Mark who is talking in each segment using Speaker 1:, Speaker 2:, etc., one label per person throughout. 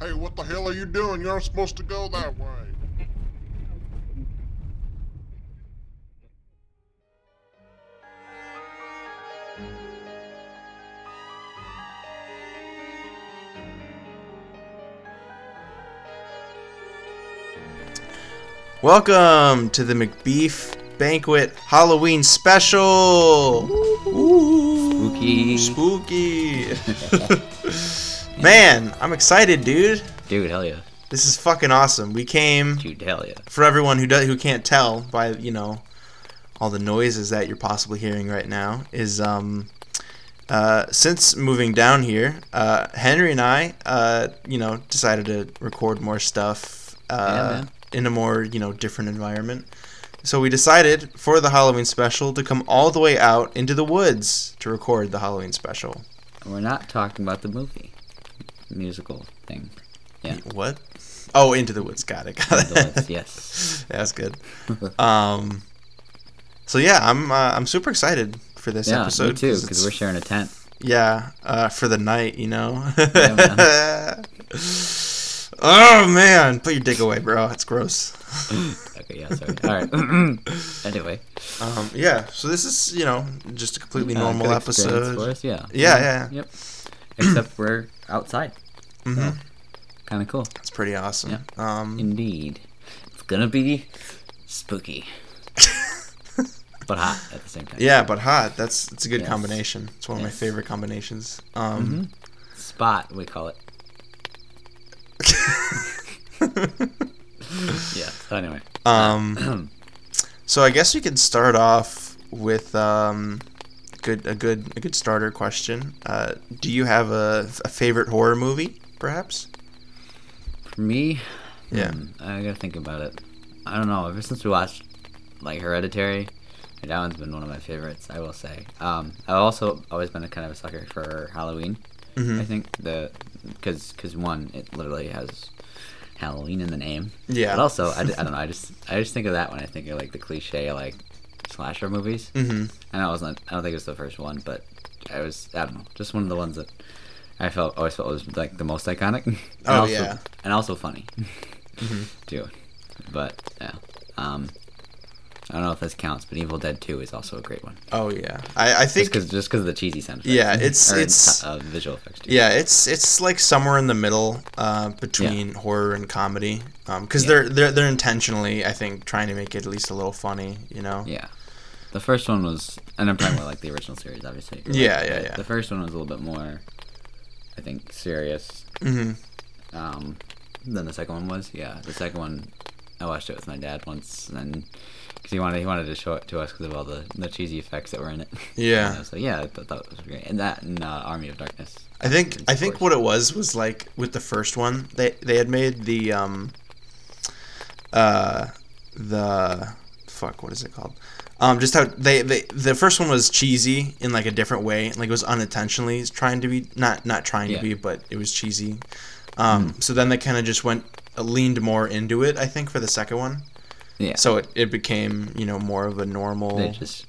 Speaker 1: Hey, what the hell are you doing? You aren't supposed to go that way.
Speaker 2: Welcome to the McBeef Banquet Halloween Special. Ooh,
Speaker 3: Spooky.
Speaker 2: Spooky. Man, I'm excited, dude.
Speaker 3: Dude, hell yeah.
Speaker 2: This is fucking awesome. We came
Speaker 3: Dude, hell yeah.
Speaker 2: for everyone who does, who can't tell by you know all the noises that you're possibly hearing right now is um uh, since moving down here, uh, Henry and I, uh, you know, decided to record more stuff
Speaker 3: Yeah,
Speaker 2: uh,
Speaker 3: man.
Speaker 2: in a more you know different environment. So we decided for the Halloween special to come all the way out into the woods to record the Halloween special.
Speaker 3: And We're not talking about the movie. Musical thing. Yeah.
Speaker 2: What? Oh, into the woods. Got it. Got it.
Speaker 3: Adults, yes.
Speaker 2: That's good. um, so yeah, I'm uh, I'm super excited for this
Speaker 3: yeah,
Speaker 2: episode.
Speaker 3: me too, because
Speaker 2: it's-
Speaker 3: we're sharing a tent.
Speaker 2: yeah uh, for the night, you know.
Speaker 3: Yeah,
Speaker 2: oh man, put your dick away, bro. It's gross.
Speaker 3: Okay, yeah, sorry. All right. anyway.
Speaker 2: Um, yeah, so this is you know just a completely
Speaker 3: uh,
Speaker 2: normal
Speaker 3: good experience For
Speaker 2: episode.
Speaker 3: us, yeah.
Speaker 2: Yeah, yeah, yeah.
Speaker 3: Yep. Except we're outside.
Speaker 2: hmm
Speaker 3: Kind of cool.
Speaker 2: It's pretty awesome.
Speaker 3: Yeah.
Speaker 2: Um,
Speaker 3: Indeed. It's gonna be spooky. but hot at the same time.
Speaker 2: yeah, but hot. That's it's a good
Speaker 3: Yes.
Speaker 2: combination. It's one of my
Speaker 3: Yes.
Speaker 2: favorite combinations. Um,
Speaker 3: Mm-hmm. Spot, we call it. Mm-hmm. Yeah. So anyway.
Speaker 2: Um, so I guess we could start off with um, good a good a good starter question. Uh, do you have a, a favorite horror movie, perhaps?
Speaker 3: For me,
Speaker 2: Yeah.
Speaker 3: Hmm, I gotta think about it. I don't know. Ever since we watched like Hereditary, and that one's been one of my favorites. I will say. Um, I've also always been a kind of a sucker for Halloween.
Speaker 2: Mm-hmm. Hmm.
Speaker 3: I think the because because one it literally has Halloween in the name.
Speaker 2: Yeah.
Speaker 3: But also I, d- I don't know. I just I just think of that when I think of like the cliche like slasher movies.
Speaker 2: Mm-hmm.
Speaker 3: And I wasn't. I don't think it was the first one, but I was. I don't know. Just one of the ones that I felt always felt was like the most iconic. and
Speaker 2: Oh,
Speaker 3: also,
Speaker 2: yeah. Mm-hmm.
Speaker 3: And also funny. Too. But yeah. Um. I don't know if this counts, but Evil Dead Two is also a great one.
Speaker 2: Oh yeah, I, I
Speaker 3: Just
Speaker 2: think
Speaker 3: because just because of the cheesy sound effects.
Speaker 2: Yeah, it's-
Speaker 3: Or,
Speaker 2: it's-
Speaker 3: uh, visual effects too.
Speaker 2: yeah, it's it's like somewhere in the middle uh, between horror and comedy, because
Speaker 3: Yeah.
Speaker 2: they're they're they're intentionally I think trying to make it at least a little funny, you know.
Speaker 3: Yeah. The first one was, and I'm talking about like the original series, obviously. but, like,
Speaker 2: Yeah, yeah,
Speaker 3: the-
Speaker 2: yeah.
Speaker 3: The first one was a little bit more, I think, serious
Speaker 2: hmm
Speaker 3: um, than the second one was. Yeah, the second one, I watched it with my dad once, and because he wanted he wanted to show it to us because of all the, the cheesy effects that were in it.
Speaker 2: Yeah.
Speaker 3: And I was like, yeah, I thought that was great, and that and uh, Army of Darkness.
Speaker 2: I think I think
Speaker 3: course.
Speaker 2: what it was was like with the first one they they had made the um uh the fuck what is it called um just how they, they the first one was cheesy in like a different way like it was unintentionally trying to be not not trying
Speaker 3: Yeah. Hmm.
Speaker 2: to be but it was cheesy um so then they kind of just went uh, leaned more into it I think for the second one
Speaker 3: Yeah.
Speaker 2: so it, it became you know more of a
Speaker 3: they
Speaker 2: normal
Speaker 3: just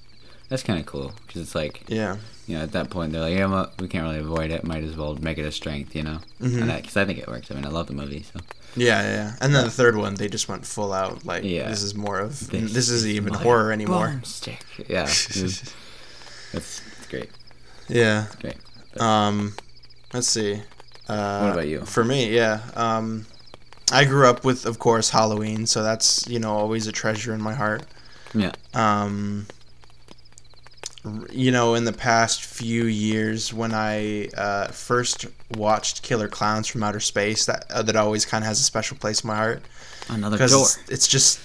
Speaker 3: that's kind of cool because it's like
Speaker 2: yeah
Speaker 3: you know, at that point, they're like, yeah, well, we can't really avoid it. Might as well make it a strength, you know?
Speaker 2: Mm-hmm.
Speaker 3: Because I think it works. I mean, I love the movie, so.
Speaker 2: Yeah, yeah. And then the third one, they just went full out. Like,
Speaker 3: Yeah.
Speaker 2: this is more of this,
Speaker 3: This
Speaker 2: isn't even
Speaker 3: my
Speaker 2: horror anymore.
Speaker 3: boomstick. Yeah. it was- That's it's great.
Speaker 2: Yeah.
Speaker 3: Great. But
Speaker 2: Um, let's see. Uh,
Speaker 3: What about you?
Speaker 2: For me, yeah. Um, I grew up with, of course, Halloween, so that's you know always a treasure in my heart.
Speaker 3: yeah.
Speaker 2: um, r- you know, in the past few years, when I uh, first watched Killer Clowns from Outer Space, that uh, that always kind of has a special place in my heart
Speaker 3: Another
Speaker 2: because
Speaker 3: door.
Speaker 2: it's, it's just.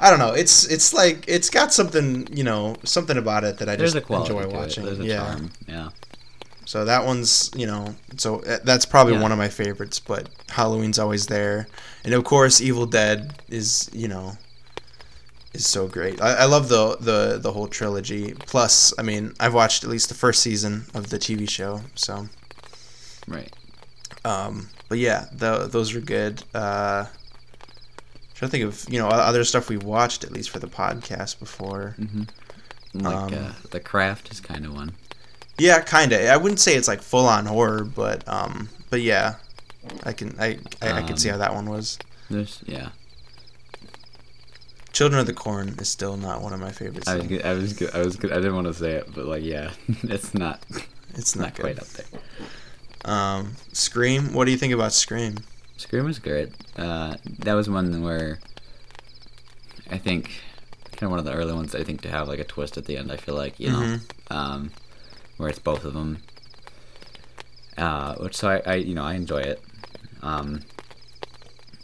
Speaker 2: I don't know. It's it's like it's got something you know something about it that I
Speaker 3: There's a
Speaker 2: just
Speaker 3: quality
Speaker 2: enjoy
Speaker 3: to
Speaker 2: watching.
Speaker 3: it. There's a
Speaker 2: yeah.
Speaker 3: charm. Yeah.
Speaker 2: So that one's, you know, so uh, that's probably
Speaker 3: Yeah.
Speaker 2: one of my favorites, but Halloween's always there. And of course, Evil Dead is, you know, is so great. I, I love the, the the whole trilogy. Plus, I mean, I've watched at least the first season of the TV show, so
Speaker 3: Right.
Speaker 2: um but yeah, tho- those are good. Uh trying to think of, you know, o- other stuff we watched at least for the podcast before.
Speaker 3: Like
Speaker 2: Um,
Speaker 3: uh, the craft is kind of one.
Speaker 2: Yeah, kind of. I wouldn't say it's like full on horror, but um but yeah. I can I I, I can see
Speaker 3: Um,
Speaker 2: how that one was.
Speaker 3: There's yeah.
Speaker 2: Children of the Corn is still not one of my favorites.
Speaker 3: I was
Speaker 2: though.
Speaker 3: good, I was good, I was good. I didn't want to say it, but like yeah, it's not
Speaker 2: It's
Speaker 3: not
Speaker 2: not,
Speaker 3: quite
Speaker 2: good.
Speaker 3: up there.
Speaker 2: Um, Scream. What do you think about Scream?
Speaker 3: Scream was good. Uh, that was one where I think kind of one of the early ones. I think to have like a twist at the end. I feel like you
Speaker 2: Mm-hmm.
Speaker 3: know, um, where it's both of them. Uh, which so I, I you know I enjoy it. Um,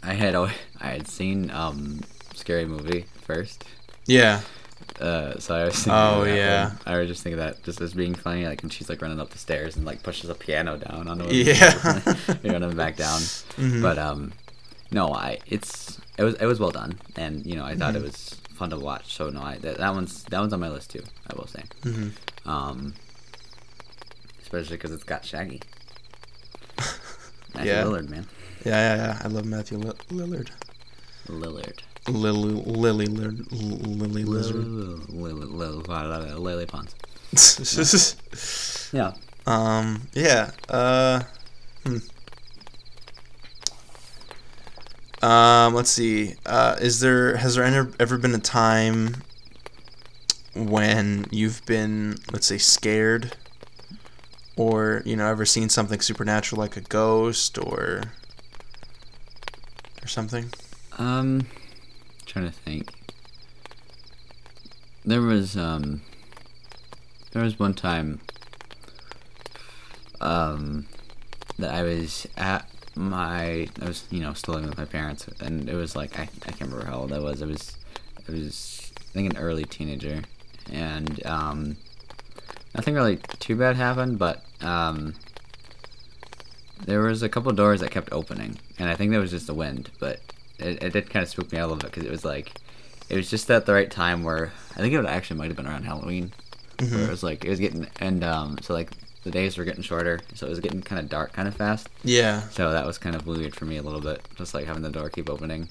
Speaker 3: I had al- I had seen um, scary movie first.
Speaker 2: Yeah.
Speaker 3: Uh, so I was thinking
Speaker 2: Oh,
Speaker 3: of that
Speaker 2: yeah.
Speaker 3: one. I was just thinking that just as being funny, like, and she's like running up the stairs and like pushes a piano down on the
Speaker 2: Yeah.
Speaker 3: You're running back down.
Speaker 2: Mm-hmm.
Speaker 3: But um, no, I it's it was it was well done, and you know I thought it was fun to watch. So no, I that, that one's that one's on my list too. I will say,
Speaker 2: Mm-hmm.
Speaker 3: um, especially because it's got Shaggy. Matthew
Speaker 2: Yeah.
Speaker 3: Lillard, man,
Speaker 2: Yeah, yeah, yeah. I love Matthew Lil- Lillard.
Speaker 3: Lillard.
Speaker 2: Lily, Lily, Lillard, Lily Lizard.
Speaker 3: Lily, Lily, Lily Pons. Yeah.
Speaker 2: um. Yeah. Uh. Hmm. Um. Let's see. Uh. Is there has there ever ever been a time when you've been let's say scared, or you know ever seen something supernatural like a ghost or or something?
Speaker 3: Um, trying to think. There was um, there was one time um that I was at my I was you know still living with my parents and it was like I, I can't remember how old I was I was I was I think an early teenager and um nothing really too bad happened but um there was a couple doors that kept opening and I think that was just the wind but it, it did kind of spook me out a little bit because it was like it was just at the right time where I think it actually might have been around Halloween
Speaker 2: Mm-hmm.
Speaker 3: where it was like it was getting and um so like the days were getting shorter so it was getting kind of dark kind of fast
Speaker 2: Yeah.
Speaker 3: so that was kind of weird for me a little bit just like having the door keep opening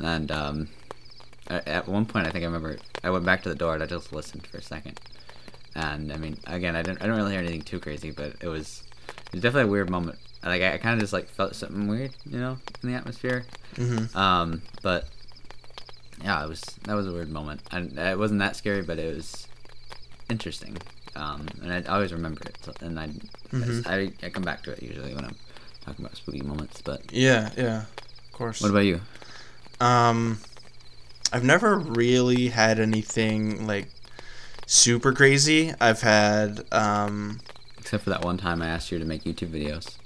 Speaker 3: and um a- at one point I think I remember I went back to the door and I just listened for a second and I mean again I didn't I didn't really hear anything too crazy but it was it was definitely a weird moment like I, I kind of just like felt something weird you know in the atmosphere
Speaker 2: Mm-hmm.
Speaker 3: um, but yeah, it was that was a weird moment. And it wasn't that scary, but it was interesting. Um, and I always remember it. So, and I,
Speaker 2: Mhm.
Speaker 3: I I come back to it usually when I'm talking about spooky moments. But
Speaker 2: Yeah. Yeah. Of course.
Speaker 3: what about you?
Speaker 2: Um, I've never really had anything like super crazy. I've had um,
Speaker 3: Except for that one time I asked you to make YouTube videos.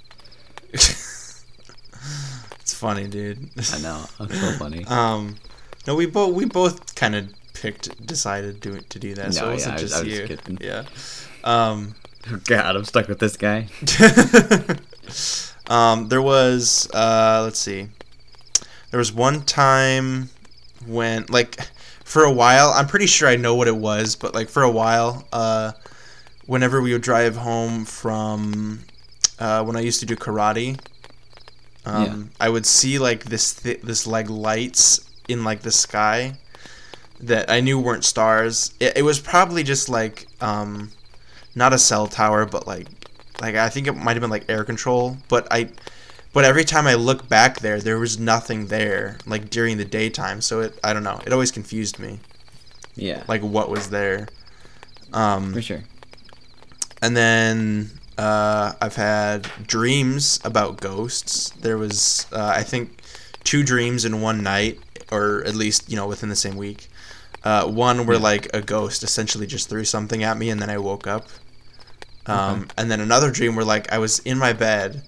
Speaker 2: it's funny, dude.
Speaker 3: I know, that's so funny.
Speaker 2: um, no, we both we both kind of picked decided to to do that, so
Speaker 3: No,
Speaker 2: it
Speaker 3: yeah,
Speaker 2: wasn't
Speaker 3: I was-
Speaker 2: just
Speaker 3: I was
Speaker 2: you.
Speaker 3: kidding.
Speaker 2: yeah. Um,
Speaker 3: God, I'm stuck with this guy.
Speaker 2: um, there was uh, let's see, there was one time when like for a while I'm pretty sure I know what it was, but like for a while, uh, whenever we would drive home from uh, when I used to do karate, um, I would see like this th- this like lights in like the sky that I knew weren't stars. It, it was probably just like um, not a cell tower, but like like I think it might have been like air control. But I but every time I look back there, there was nothing there like during the daytime. So it I don't know. It always confused me
Speaker 3: Yeah,
Speaker 2: like what was there. Um,
Speaker 3: for sure.
Speaker 2: and then uh, I've had dreams about ghosts. There was, uh, I think, two dreams in one night, or at least you know within the same week. Uh, one where like a ghost essentially just threw something at me, and then I woke up. Um, And then another dream where like I was in my bed,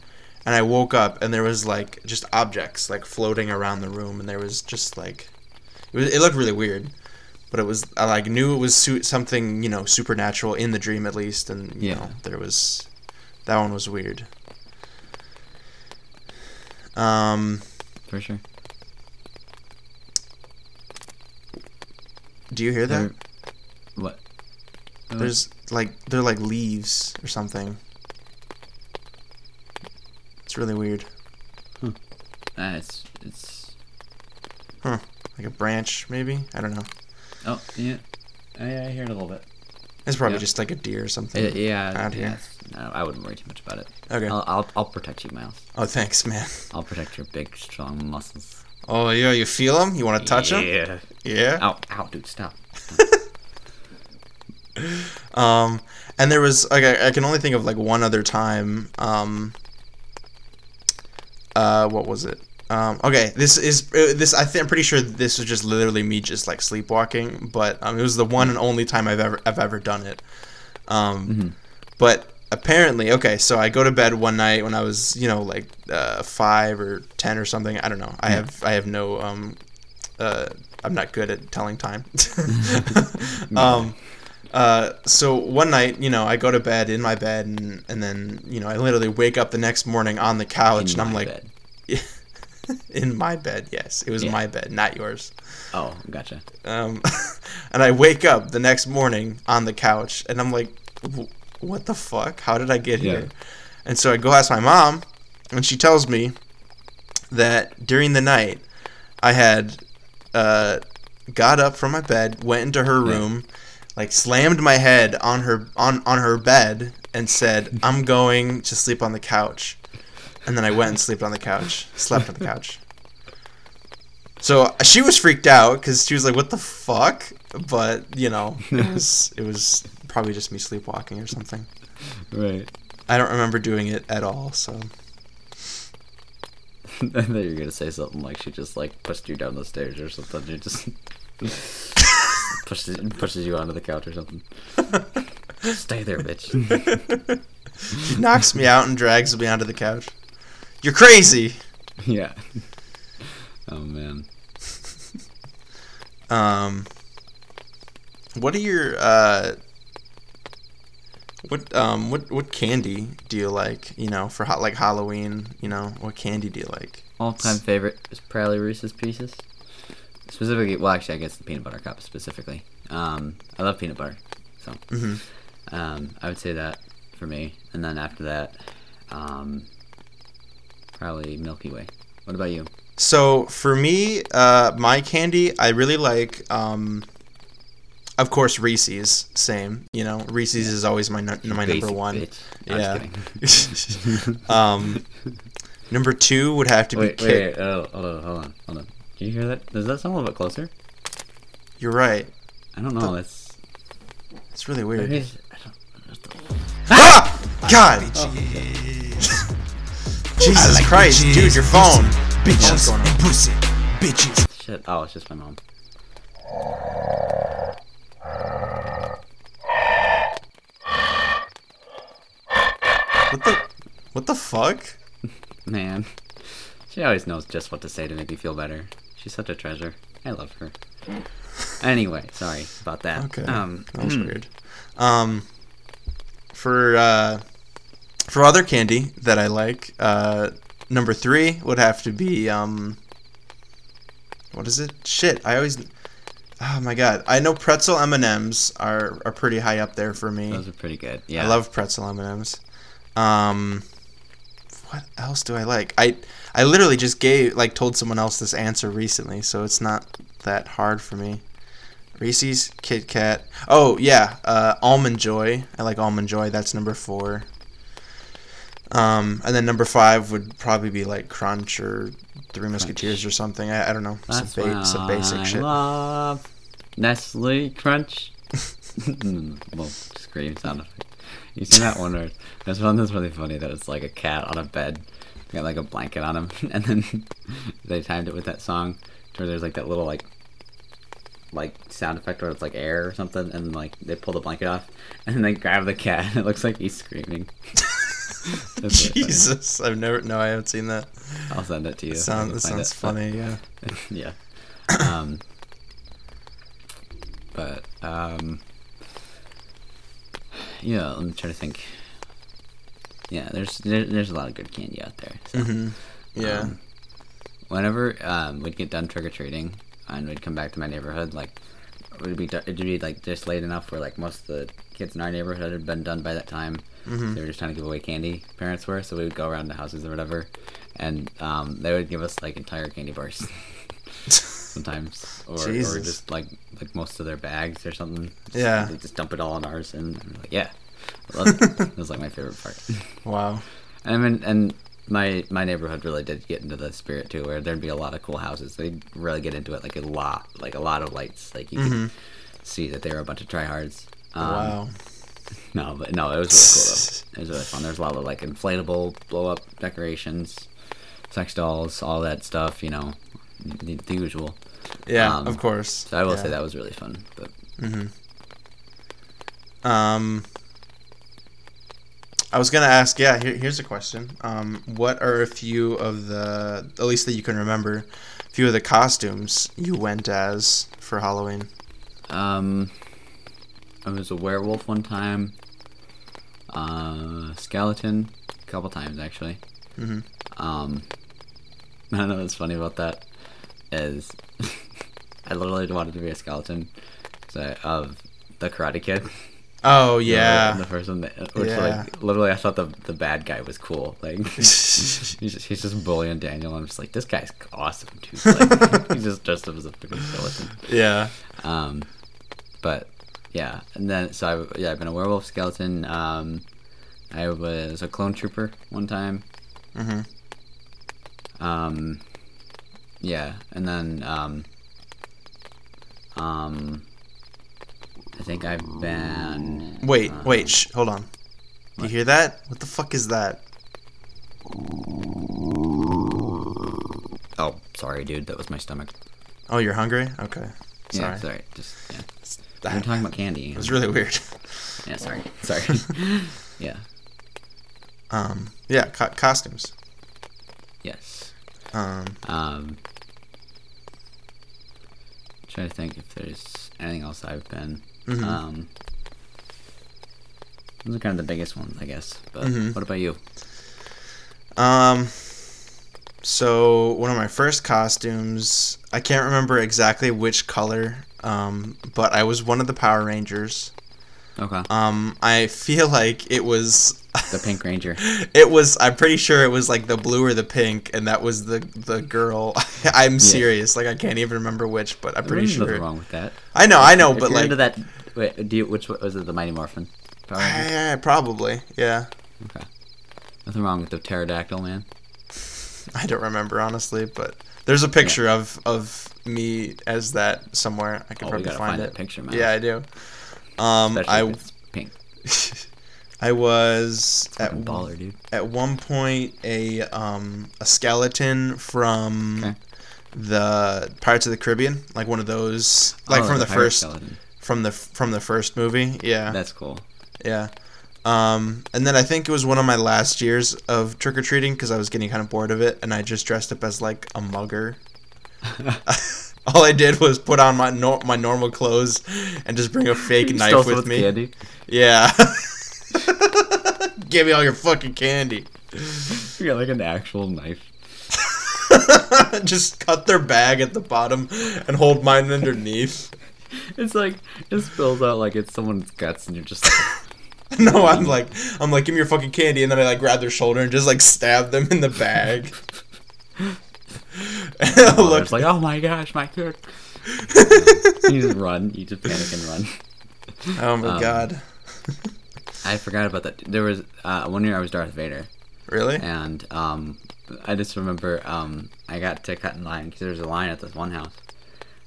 Speaker 2: and I woke up, and there was like just objects like floating around the room, and there was just like, it, was, it looked really weird but it was I like knew it was su- something you know supernatural in the dream at least, and you
Speaker 3: Yeah.
Speaker 2: know there was that one was weird. Um,
Speaker 3: For sure.
Speaker 2: do you hear that?
Speaker 3: There- what? Oh,
Speaker 2: There's like they're like leaves or something. It's really weird,
Speaker 3: ah, it's it's
Speaker 2: like a branch maybe. I don't know.
Speaker 3: oh yeah, I, I hear it a little bit.
Speaker 2: It's probably
Speaker 3: Yeah.
Speaker 2: just like a deer or
Speaker 3: Uh,
Speaker 2: something.
Speaker 3: yeah,
Speaker 2: out
Speaker 3: yeah,
Speaker 2: here.
Speaker 3: it's- No, I wouldn't worry too much about it.
Speaker 2: Okay.
Speaker 3: I'll, I'll, I'll protect you, Miles.
Speaker 2: oh, thanks, man.
Speaker 3: I'll protect your big, strong muscles.
Speaker 2: Oh, yeah, you feel them? You want to touch them?
Speaker 3: Yeah.
Speaker 2: Yeah.
Speaker 3: Ow, ow, dude, stop.
Speaker 2: Um, and there was like I, I can only think of like one other time. Um, uh, what was it? Um, okay, this is uh, this. I think I'm pretty sure this was just literally me just like sleepwalking, but um, it was the one and only time I've ever I've ever done it. Um,
Speaker 3: Mm-hmm.
Speaker 2: but apparently, okay, so I go to bed one night when I was you know like uh, five or ten or something. I don't know. I have I have no um, uh, I'm not good at telling time. um, uh, so one night, you know, I go to bed in my bed, and, and then you know, I literally wake up the next morning on the couch, and
Speaker 3: In
Speaker 2: I'm
Speaker 3: my
Speaker 2: like,
Speaker 3: bed.
Speaker 2: in my bed. Yes, it was
Speaker 3: Yeah.
Speaker 2: my bed, not yours.
Speaker 3: Oh, gotcha.
Speaker 2: Um, and I wake up the next morning on the couch, and I'm like, "Wh- what the fuck? How did I get
Speaker 3: Yeah.
Speaker 2: here? And so I go ask my mom, and she tells me that during the night, I had uh, got up from my bed, went into her room, like slammed my head on her on on her bed, and said, "I'm going to sleep on the couch." And then I went and slept on the couch. Slept on the couch. So she was freaked out because she was like, "What the fuck?" But you know, it was it was probably just me sleepwalking or something.
Speaker 3: Right.
Speaker 2: I don't remember doing it at all. So
Speaker 3: I thought you were gonna say something like she just like pushed you down the stairs or something. You just pushes pushes you onto the couch or something. Stay there, bitch.
Speaker 2: she knocks me out and drags me onto the couch. You're crazy.
Speaker 3: yeah. Oh man.
Speaker 2: Um, what are your uh, what um what what candy do you like? You know, for hot like Halloween. You know, what candy do you like?
Speaker 3: All time favorite is probably Reese's Pieces. Specifically, well, actually, I guess the peanut butter cup specifically. Um, I love peanut butter, so
Speaker 2: Mhm.
Speaker 3: um, I would say that for me. And then after that, um, probably Milky Way. What about you?
Speaker 2: So for me, uh, my candy, I really like. Um, of course, Reese's. Same, you know, Reese's is always my nu- my number
Speaker 3: Basic
Speaker 2: one.
Speaker 3: bitch. No, I'm just
Speaker 2: Yeah.
Speaker 3: kidding.
Speaker 2: um, number two would have to be.
Speaker 3: Wait,
Speaker 2: Kit.
Speaker 3: wait, wait, oh, hold on, hold on, hold on. Do you hear that? Does that sound a little bit closer?
Speaker 2: You're right.
Speaker 3: I don't know. That's.
Speaker 2: It's really
Speaker 3: I
Speaker 2: weird.
Speaker 3: guess- I don't-
Speaker 2: ah! God.
Speaker 3: Oh.
Speaker 2: Jesus Christ, dude, your phone. What's
Speaker 4: Bitches
Speaker 2: going on?
Speaker 4: and pussy. Bitches.
Speaker 3: Shit. Oh, it's just my mom.
Speaker 2: What the? What the fuck?
Speaker 3: Man, she always knows just what to say to make me feel better. She's such a treasure. I love her. Anyway, sorry about that.
Speaker 2: Okay.
Speaker 3: Um,
Speaker 2: that was weird. Um, for uh, for other candy that I like, uh, number three would have to be um, what is it? Shit, I always. Oh my god, I know pretzel M and M's are are pretty high up there for me.
Speaker 3: those are pretty good. Yeah.
Speaker 2: I love pretzel M and M's. Um, what else do I like? I I literally just gave like told someone else this answer recently, so it's not that hard for me. Reese's, Kit Kat. Oh yeah, uh, almond joy. I like almond joy. That's number four. Um, and then number five would probably be like Crunch or Three Musketeers or something. I, I don't know.
Speaker 3: That's
Speaker 2: some, ba- some basic
Speaker 3: why I
Speaker 2: shit.
Speaker 3: love Nestle Crunch. Mm, well, scream sound effect. You seen that one? Where, there's one that's really funny that it's like a cat on a bed, got like a blanket on him, and then they timed it with that song to where there's like that little like like sound effect where it's like air or something, and like they pull the blanket off, and then they grab the cat, and it looks like he's screaming. That's really funny.
Speaker 2: Jesus, I've never. No, I haven't seen that.
Speaker 3: I'll send it to you. if I
Speaker 2: Sound,
Speaker 3: can
Speaker 2: that
Speaker 3: find
Speaker 2: sounds
Speaker 3: it, but-
Speaker 2: funny. Yeah.
Speaker 3: yeah. Um, but um, yeah, I'm trying to think. Yeah, there's there, there's a lot of good candy out there.
Speaker 2: Mm.
Speaker 3: So
Speaker 2: Mm-hmm. Yeah.
Speaker 3: Um, whenever um, we'd get done trick or treating and we'd come back to my neighborhood, like it would be do- it'd be like just late enough where like most of the kids in our neighborhood had been done by that time. They were just trying to give away candy. Parents were, so we would go around to houses or whatever, and um, they would give us like entire candy bars sometimes, or, or
Speaker 2: Jesus.
Speaker 3: just like like most of their bags or something. Just-
Speaker 2: Yeah.
Speaker 3: they just dump it all in ours, and we're like yeah, I loved it. it was like my favorite part.
Speaker 2: Wow.
Speaker 3: I mean, and my my neighborhood really did get into the spirit too, where there'd be a lot of cool houses. They would really get into it, like a lot, like a lot of lights. Like you could see that they were a bunch of tryhards. Um,
Speaker 2: Mm-hmm. wow.
Speaker 3: No, but no, it was really cool though. It was really fun. There's a lot of like inflatable blow up decorations, sex dolls, all that stuff. You know, the, the usual.
Speaker 2: Yeah,
Speaker 3: um,
Speaker 2: of course.
Speaker 3: So I will say that was really fun. But
Speaker 2: Um, I was gonna ask. Yeah, here, here's a question. Um, what are a few of the, at least that you can remember, a few of the costumes you went as for Halloween?
Speaker 3: Um, I was a werewolf one time. Uh, skeleton, a couple times actually. Mm-hmm. Um, I don't know what's funny about that is I literally wanted to be a skeleton 'cause I, of the Karate Kid.
Speaker 2: Oh
Speaker 3: You know,
Speaker 2: yeah.
Speaker 3: the first one, that, uh, which
Speaker 2: Yeah.
Speaker 3: like literally I thought the the bad guy was cool. Like he's just, he's just bullying Daniel. I'm just like this guy's awesome dude. Like, he's just dressed up as a freaking skeleton.
Speaker 2: yeah.
Speaker 3: Um, but yeah, and then so I yeah I've been a werewolf skeleton. Um, I was a clone trooper one time.
Speaker 2: Mhm.
Speaker 3: Um, yeah, and then um, um, I think I've been
Speaker 2: Wait, wait. Shh, hold on. You hear that? What the fuck is that?
Speaker 3: oh sorry dude that was my stomach.
Speaker 2: Oh, you're hungry? Okay. Sorry.
Speaker 3: Yeah, sorry. Just yeah. We're
Speaker 2: That
Speaker 3: talking about candy.
Speaker 2: was really weird.
Speaker 3: Yeah, sorry, sorry. yeah.
Speaker 2: Um, yeah, co- costumes.
Speaker 3: Yes.
Speaker 2: Um,
Speaker 3: Um, trying to think if there's anything else I've been.
Speaker 2: Mm-hmm.
Speaker 3: Um, those are kind of the biggest ones, I guess. But
Speaker 2: Mm-hmm.
Speaker 3: what about you?
Speaker 2: Um, so one of my first costumes, I can't remember exactly which color, um, but I was one of the Power Rangers.
Speaker 3: Okay,
Speaker 2: Um, I feel like it was,
Speaker 3: the Pink Ranger.
Speaker 2: it was. I'm pretty sure it was like the blue or the pink, and that was the the girl. I'm serious. Like I can't even remember which, but I'm pretty
Speaker 3: There's nothing
Speaker 2: sure.
Speaker 3: wrong with that.
Speaker 2: I know, I know,
Speaker 3: If
Speaker 2: but
Speaker 3: you're
Speaker 2: like,
Speaker 3: into that, um, wait, do you, which one- was it? The Mighty Morphin. Power Ranger?
Speaker 2: eh, probably, yeah.
Speaker 3: Okay. Nothing wrong with the pterodactyl man.
Speaker 2: I don't remember honestly, but there's a picture of of me as that somewhere. I can
Speaker 3: Oh, we
Speaker 2: probably
Speaker 3: gotta
Speaker 2: find,
Speaker 3: find
Speaker 2: it.
Speaker 3: that picture, man.
Speaker 2: Yeah, I do. Um,
Speaker 3: Especially if
Speaker 2: I
Speaker 3: it's pink.
Speaker 2: I was at
Speaker 3: Fucking baller, dude.
Speaker 2: at one point a um a skeleton from
Speaker 3: Okay.
Speaker 2: the Pirates of the Caribbean, like one of those, like
Speaker 3: Oh,
Speaker 2: from the,
Speaker 3: pirate
Speaker 2: first
Speaker 3: skeleton.
Speaker 2: from the from the first movie. Yeah,
Speaker 3: That's cool.
Speaker 2: yeah. Um, and then I think it was one of my last years of trick or treating because I was getting kind of bored of it, and I just dressed up as like a mugger. All I did was put on my nor- my normal clothes and just bring a fake
Speaker 3: You stole
Speaker 2: knife with
Speaker 3: someone's
Speaker 2: me.
Speaker 3: Candy.
Speaker 2: Yeah. Give me all your fucking candy.
Speaker 3: You got like an actual knife.
Speaker 2: Just cut their bag at the bottom and hold mine underneath.
Speaker 3: It's like it spills out like it's someone's guts, and you're just like,
Speaker 2: No, I'm like, I'm like, give me your fucking candy, and then I like grab their shoulder and just like stab them in the bag. And I
Speaker 3: oh,
Speaker 2: look,
Speaker 3: it's like, oh my gosh, my kid. you just run. You just panic and run.
Speaker 2: oh my god,
Speaker 3: I forgot about that. There was uh, one year I was Darth Vader,
Speaker 2: really?
Speaker 3: and um, I just remember um, I got to cut in line because there was a line at this one house,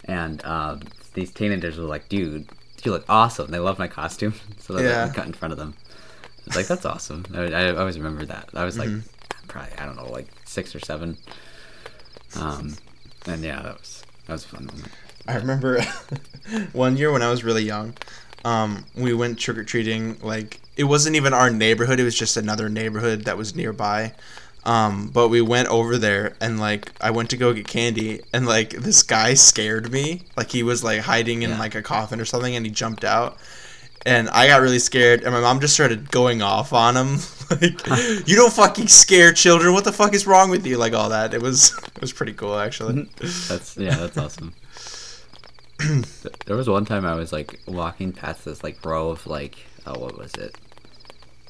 Speaker 3: and um, these teenagers were like, "Dude, you look awesome!" They love my costume, so they let
Speaker 2: Yeah.
Speaker 3: me cut in front of them. It's like that's awesome. I, I always remember that. I was like,
Speaker 2: Mm-hmm.
Speaker 3: probably I don't know, like six or seven. Um, and yeah, that was that was a fun moment.
Speaker 2: I remember one year when I was really young, um, we went trick or treating. Like it wasn't even our neighborhood; it was just another neighborhood that was nearby. Um, but we went over there, and like I went to go get candy, and like this guy scared me. Like he was like hiding in
Speaker 3: Yeah.
Speaker 2: like a coffin or something, and he jumped out. And I got really scared, and my mom just started going off on him, like, "You don't fucking scare children! What the fuck is wrong with you?" Like all that. It was it was pretty cool actually.
Speaker 3: That's yeah, that's awesome. Th- there was one time I was like walking past this like row of like oh what was it?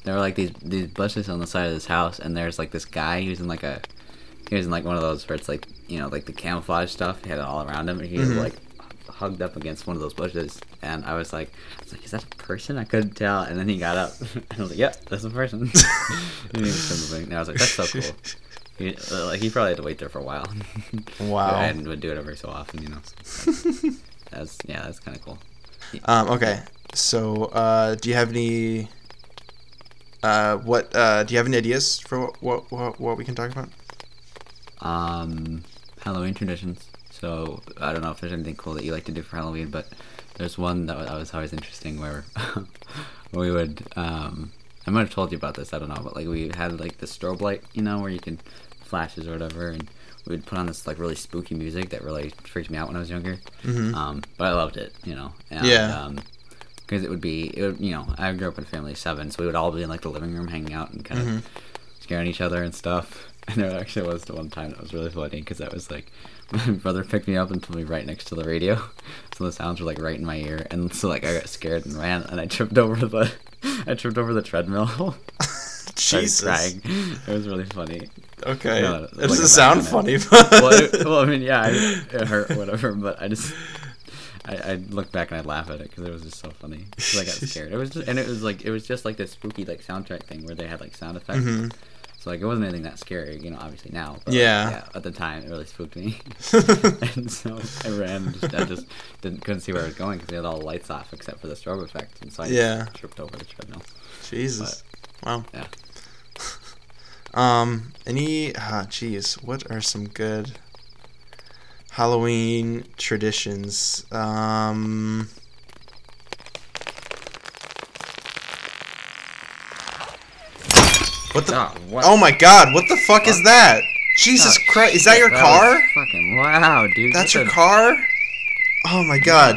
Speaker 3: There were like these these bushes on the side of this house, and there's like this guy he was in like a he was in like one of those where it's like you know like the camouflage stuff he had it all around him, and he was like h- hugged up against one of those bushes, and I was like, I was like, is that a person? I couldn't tell. And then he got up, and I was like, yep, that's a person. and he was moving. And I was like, that's so cool. He, uh, like he probably had to wait there for a while.
Speaker 2: Wow.
Speaker 3: and would do it every so often, you know. So that's yeah, that's kind of cool.
Speaker 2: Um, okay. So, uh, do you have any? Uh, what? Uh, do you have any ideas for what what what, what we can talk about?
Speaker 3: um, Halloween traditions. So I don't know if there's anything cool that you like to do for Halloween, but there's one that wa- that was always interesting where we would. Um, I might have told you about this. I don't know, but like we had like the strobe light, you know, where you can flashes or whatever, and we would put on this like really spooky music that really freaked me out when I was younger. Um, but I loved it, you know. And,
Speaker 2: Mm. Yeah.
Speaker 3: Um, because it would be, it would, you know, I grew up in a family of seven, so we would all be in like the living room hanging out and kind of scaring each other and stuff. And there actually was the one time that was really funny because that was like my brother picked me up and put me right next to the radio, so the sounds were like right in my ear, and so like I got scared and ran, and I tripped over the, I tripped over the treadmill. Started crying. It was really funny.
Speaker 2: Okay. it
Speaker 3: No, it's like
Speaker 2: doesn't
Speaker 3: a
Speaker 2: sound funny,
Speaker 3: background.
Speaker 2: but
Speaker 3: Well, it, well I mean, yeah, I, it hurt, whatever. But I just, I, I look back and I laugh at it because it was just so funny. 'Cause I got scared. It was, just, and it was like, it was just like this spooky like soundtrack thing where they had like sound effects.
Speaker 2: Mm-hmm.
Speaker 3: So like, it wasn't anything that scary, you know. Obviously now, but like,
Speaker 2: Yeah.
Speaker 3: yeah. At the time, it really spooked me, and so I ran. and Just, I just didn't couldn't see where I was going because they had all the lights off except for the strobe effect, and so I
Speaker 2: Yeah.
Speaker 3: just tripped over the treadmill.
Speaker 2: Jesus. Wow.
Speaker 3: Yeah.
Speaker 2: Um. Any? Ah, jeez. What are some good Halloween traditions? Um. What the?
Speaker 3: Oh, what?
Speaker 2: Oh my God! What the fuck is that? Jesus
Speaker 3: Oh,
Speaker 2: Christ! Is that
Speaker 3: shit,
Speaker 2: your
Speaker 3: that
Speaker 2: car?
Speaker 3: was Fucking wow, dude.
Speaker 2: That's
Speaker 3: What
Speaker 2: your
Speaker 3: the-
Speaker 2: car? Oh my God.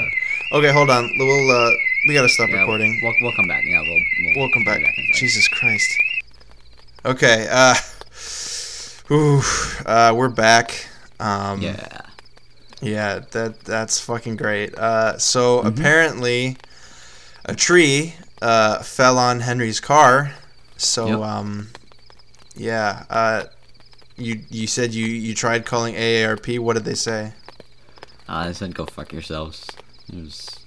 Speaker 2: Okay, hold on. We'll uh, we gotta stop
Speaker 3: Yeah,
Speaker 2: recording.
Speaker 3: We'll, we'll come back. Yeah, we'll, we'll
Speaker 2: We'll come back.
Speaker 3: in a second.
Speaker 2: Jesus Christ. Okay, uh, ooh, uh, we're back. Um,
Speaker 3: Yeah.
Speaker 2: yeah, that that's fucking great. Uh, so apparently, a tree uh, fell on Henry's car. So
Speaker 3: Yep.
Speaker 2: um, yeah, uh, you you said you you tried calling AARP. What did they say?
Speaker 3: Uh, I said go fuck yourselves. It was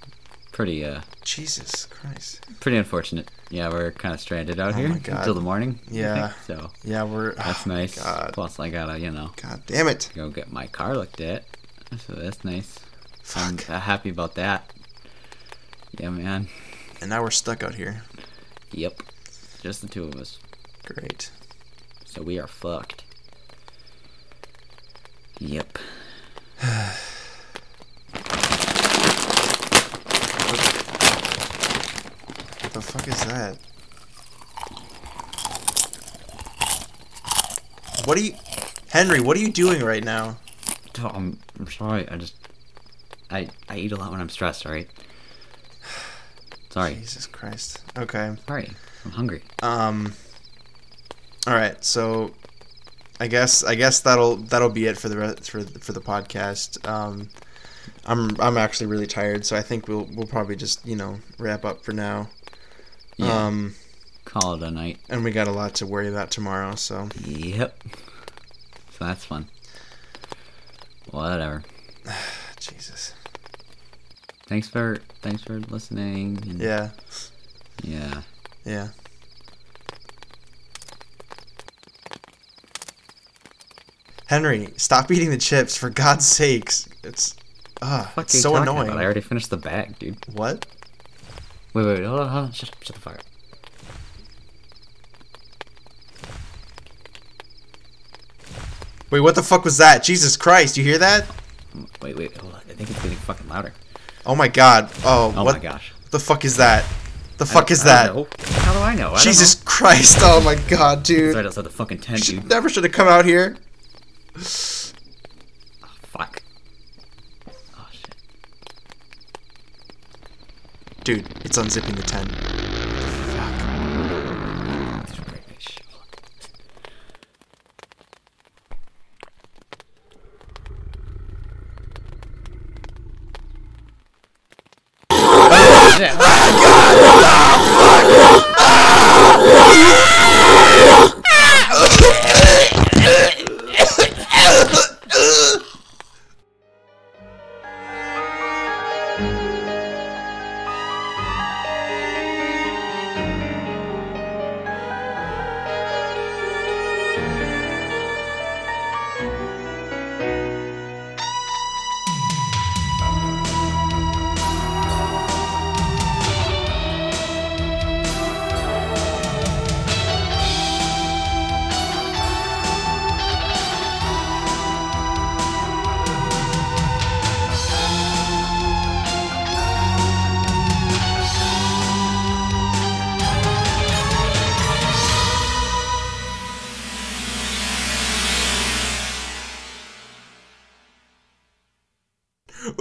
Speaker 3: pretty uh
Speaker 2: Jesus Christ.
Speaker 3: pretty unfortunate. Yeah, we're kind of stranded out
Speaker 2: Oh
Speaker 3: here
Speaker 2: my God.
Speaker 3: until the morning. I
Speaker 2: Yeah.
Speaker 3: think. So
Speaker 2: Yeah, we're.
Speaker 3: that's
Speaker 2: oh my
Speaker 3: nice.
Speaker 2: God.
Speaker 3: Plus, I gotta you know
Speaker 2: God damn it.
Speaker 3: go get my car looked at. So that's nice. I'm
Speaker 2: Fuck.
Speaker 3: uh, happy about that. Yeah, man.
Speaker 2: And now we're stuck out here.
Speaker 3: Yep. Just the two of us.
Speaker 2: Great.
Speaker 3: So we are fucked. Yep.
Speaker 2: What the fuck is that? What are you. Henry, what are you doing right now?
Speaker 3: Oh, I'm, I'm sorry. I just I I eat a lot when I'm stressed. All right. Sorry.
Speaker 2: Jesus Christ. Okay.
Speaker 3: Sorry. I'm hungry.
Speaker 2: Um. Alright, so. I guess I guess that'll that'll be it for the re- for the- for the podcast. Um, I'm I'm actually really tired, so I think we'll we'll probably just you know wrap up for now.
Speaker 3: Yeah.
Speaker 2: Um,
Speaker 3: Uh, Call it a night.
Speaker 2: and we got a lot to worry about tomorrow, so
Speaker 3: Yep. So that's fun. Whatever.
Speaker 2: Jesus.
Speaker 3: Thanks for thanks for listening. and-
Speaker 2: Yeah,
Speaker 3: Yeah.
Speaker 2: yeah. Henry, stop eating the chips for God's sakes. It's ah,
Speaker 3: Fuck
Speaker 2: it's
Speaker 3: you
Speaker 2: so
Speaker 3: talking
Speaker 2: annoying.
Speaker 3: about? I already finished the bag, dude.
Speaker 2: What?
Speaker 3: Wait, wait, wait, hold on, hold on. Shut, up, shut the fuck up.
Speaker 2: Wait, what the fuck was that? Jesus Christ, you hear that?
Speaker 3: Wait, wait, hold on. I think it's getting fucking louder.
Speaker 2: Oh my god. Oh,
Speaker 3: Oh
Speaker 2: what
Speaker 3: my gosh.
Speaker 2: the fuck is that? The
Speaker 3: I
Speaker 2: fuck
Speaker 3: don't-
Speaker 2: is
Speaker 3: I don't
Speaker 2: that?
Speaker 3: know. How do I know? I don't
Speaker 2: Jesus Christ. Oh my god,
Speaker 3: know. It's
Speaker 2: dude.
Speaker 3: right outside the fucking tent,
Speaker 2: Should-
Speaker 3: dude.
Speaker 2: never should have come out here.
Speaker 3: Fuck. Oh shit.
Speaker 2: Dude, it's unzipping the tent. Fuck.
Speaker 3: This is great. Wait, shh, hold on.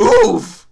Speaker 2: Oof!